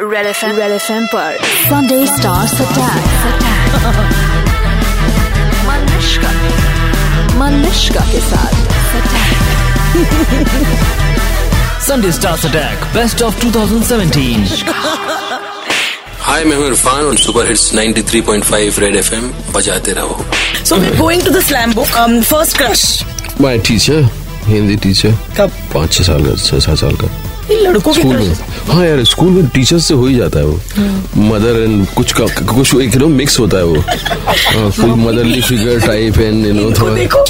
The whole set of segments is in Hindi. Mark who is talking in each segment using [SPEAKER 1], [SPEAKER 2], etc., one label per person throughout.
[SPEAKER 1] Red F M red F M पर Sunday stars attack Malishka Malishka के साथ
[SPEAKER 2] Sunday Stars Attack Best of 2017.
[SPEAKER 3] Hi मैं हूं इरफान और सुपर हिट्स 93.5 रेड एफएम बजाते रहो
[SPEAKER 4] So we're going to the slam book. Um, first crush.
[SPEAKER 5] My teacher Hindi teacher
[SPEAKER 4] कब?
[SPEAKER 5] पाँच छह साल का छह सात साल का
[SPEAKER 4] ये लड़कों के
[SPEAKER 5] स्कूल
[SPEAKER 4] crush-
[SPEAKER 5] में हाँ यार स्कूल में टीचर से हो ही जाता है
[SPEAKER 4] हाँ।
[SPEAKER 5] वो मदर एंड कुछ का, कुछ एक नो मिक्स होता है वो हाँ, कोई motherly figure type and you know
[SPEAKER 4] इनको
[SPEAKER 5] थोड़ा
[SPEAKER 4] देखो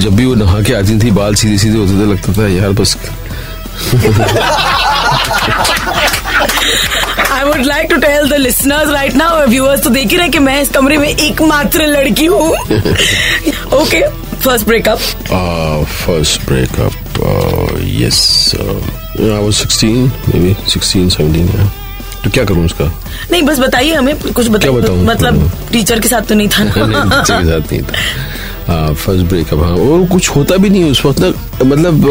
[SPEAKER 5] जब भी वो नहा के आती थी बाल सीधे सीधे होते थे लगता था यार बस
[SPEAKER 4] I would like to tell the listeners right now viewers तो देख ही रहे कि मैं इस कमरे में एकमात्र लड़की हूँ okay first breakup
[SPEAKER 5] first breakup yes I was 16 maybe 16 17 yeah. तो क्या करूं उसका
[SPEAKER 4] नहीं बस बताइए हमें कुछ
[SPEAKER 5] क्या
[SPEAKER 4] बताइए
[SPEAKER 5] बताऊं?
[SPEAKER 4] मतलब टीचर के साथ तो नहीं था
[SPEAKER 5] नहीं,
[SPEAKER 4] ना
[SPEAKER 5] बच्चे के साथ नहीं था फर्स्ट ब्रेकअप हाँ और कुछ होता भी नहीं उस वक्त ना मतलब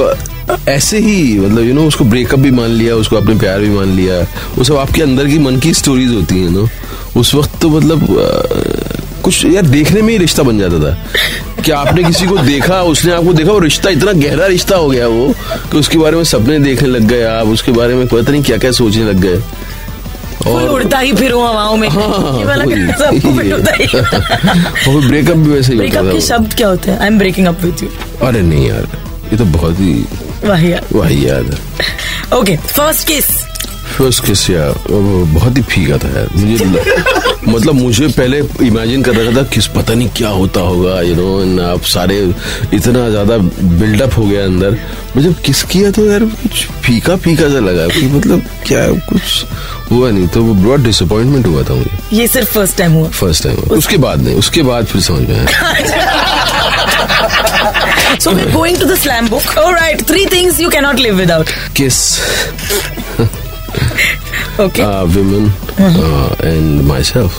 [SPEAKER 5] अ, ऐसे ही मतलब यू नो उसको ब्रेकअप भी मान लिया उसको आपने प्यार भी मान लिया वो सब आपके अंदर की मन की स्टोरीज होती हैं नो उस वक्त तो मतलब अ, कुछ यार देखने में ही रिश्ता बन जाता था कि आपने किसी को देखा उसने आपको देखा वो रिश्ता इतना गहरा रिश्ता हो गया वो कि उसके बारे में सपने देखने लग गए आप उसके बारे में पता नहीं क्या क्या सोचने लग गए
[SPEAKER 4] कोई उड़ता ही फिर हवाओं में ये वाला
[SPEAKER 5] हाँ, वही,
[SPEAKER 4] सबको
[SPEAKER 5] ये।
[SPEAKER 4] होता ही
[SPEAKER 5] और ब्रेकअप भी वैसे ही होता
[SPEAKER 4] ब्रेकअप
[SPEAKER 5] था
[SPEAKER 4] के
[SPEAKER 5] वो।
[SPEAKER 4] शब्द क्या होते हैं I am breaking up with you
[SPEAKER 5] अरे नहीं यार ये तो बहुत ही
[SPEAKER 4] वाह यार
[SPEAKER 5] वही याद है
[SPEAKER 4] okay first kiss
[SPEAKER 5] first kiss यार वो बहुत ही फीका था यार मुझे ल- मतलब मुझे पहले इमेजिन कर रखा था किस पता नहीं क्या होता होगा यू नो आप सारे इतना ज्यादा बिल्डअप हो गया अंदर मैं जब किस किया तो यार कुछ फीका फीका सा लगा कि मतलब क्या है, कुछ हुआ नहीं तो वो बहुत डिसअपॉइंटमेंट हुआ था मुझे
[SPEAKER 4] ये सिर्फ फर्स्ट टाइम हुआ
[SPEAKER 5] फर्स्ट टाइम उसके बाद नहीं उसके बाद फिर समझ में आया
[SPEAKER 4] So we're going to the slam book. All right, three things you cannot live without.
[SPEAKER 5] Kiss
[SPEAKER 4] Okay.
[SPEAKER 5] Uh, women and myself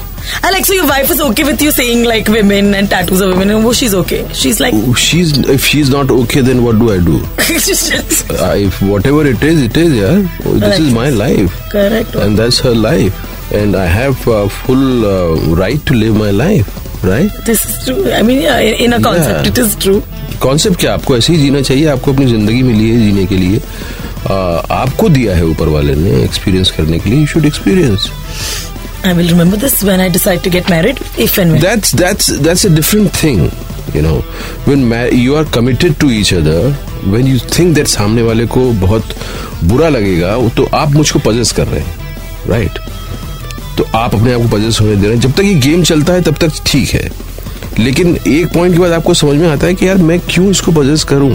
[SPEAKER 4] I like so your wife is okay with you saying like women and tattoos of women. Oh, she's okay. She's like.
[SPEAKER 5] she's if she's not okay then what do i do
[SPEAKER 4] She's just-
[SPEAKER 5] I, if whatever it is it is yeah this is my life
[SPEAKER 4] Correct.
[SPEAKER 5] and that's her life and i have uh, full uh, right to live my life right
[SPEAKER 4] This is true. I mean, yeah, in, in a concept,
[SPEAKER 5] Yeah.
[SPEAKER 4] it is true.
[SPEAKER 5] Concept क्या आपको ऐसे ही जीना चाहिए आपको अपनी जिंदगी मिली है जीने के लिए आ, आपको दिया है ऊपर वाले ने एक्सपीरियंस करने के लिए you should experience
[SPEAKER 4] I will remember this when I decide to get married, if and when.
[SPEAKER 5] that's that's that's a different thing you know when ma- you are committed to each other when you think that सामने वाले को बहुत बुरा लगेगा वो तो आप मुझको पजेस कर रहे हैं राइट तो आप अपने आप को पजेस होने दे रहे हैं जब तक ये गेम चलता है तब तक ठीक है लेकिन एक पॉइंट के बाद आपको समझ में आता है कि यार मैं क्यों इसको पजेस करूं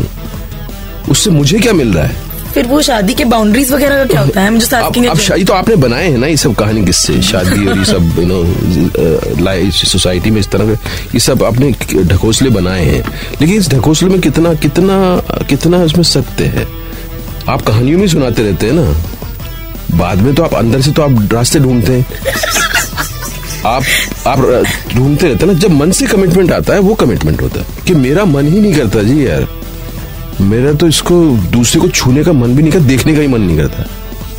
[SPEAKER 5] उससे मुझे क्या मिल रहा है
[SPEAKER 4] फिर वो शादी के बाउंड्रीज वगैरह का क्या होता है I'm just
[SPEAKER 5] अब
[SPEAKER 4] asking
[SPEAKER 5] अब
[SPEAKER 4] again.
[SPEAKER 5] शादी तो आपने बनाए हैं ना ये सब कहानी किससे शादी और ये सब यू नो लाइफ सोसाइटी में इस तरह के ये सब आपने ढकोसले बनाए हैं लेकिन इस ढकोसले में कितना कितना कितना इसमें सत्य है आप कहानियों में सुनाते रहते हैं ना बाद में तो आप अंदर से तो आप रास्ते ढूंढते हैं आप आप ढूंढते रहते हैं ना जब मन से कमिटमेंट आता है वो कमिटमेंट होता है कि मेरा मन ही नहीं करता जी यार मेरा तो इसको दूसरे को छूने का मन भी नहीं करता देखने का ही मन नहीं करता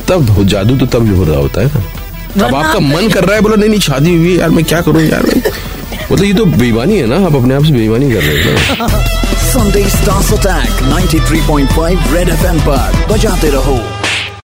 [SPEAKER 5] तब हो जादू तो तब हो रहा होता है ना अब
[SPEAKER 4] वरना
[SPEAKER 5] आपका
[SPEAKER 4] आप-
[SPEAKER 5] मन कर रहा है बोला नहीं नहीं शादी हुई है, यार मैं क्या करूं यार मैं-" मतलब ये तो बेईमानी है ना आप अपने आप से बेईमानी कर रहे हो ना
[SPEAKER 2] Sunday Stars Attack 93.5 Red FM पर बजाते रहो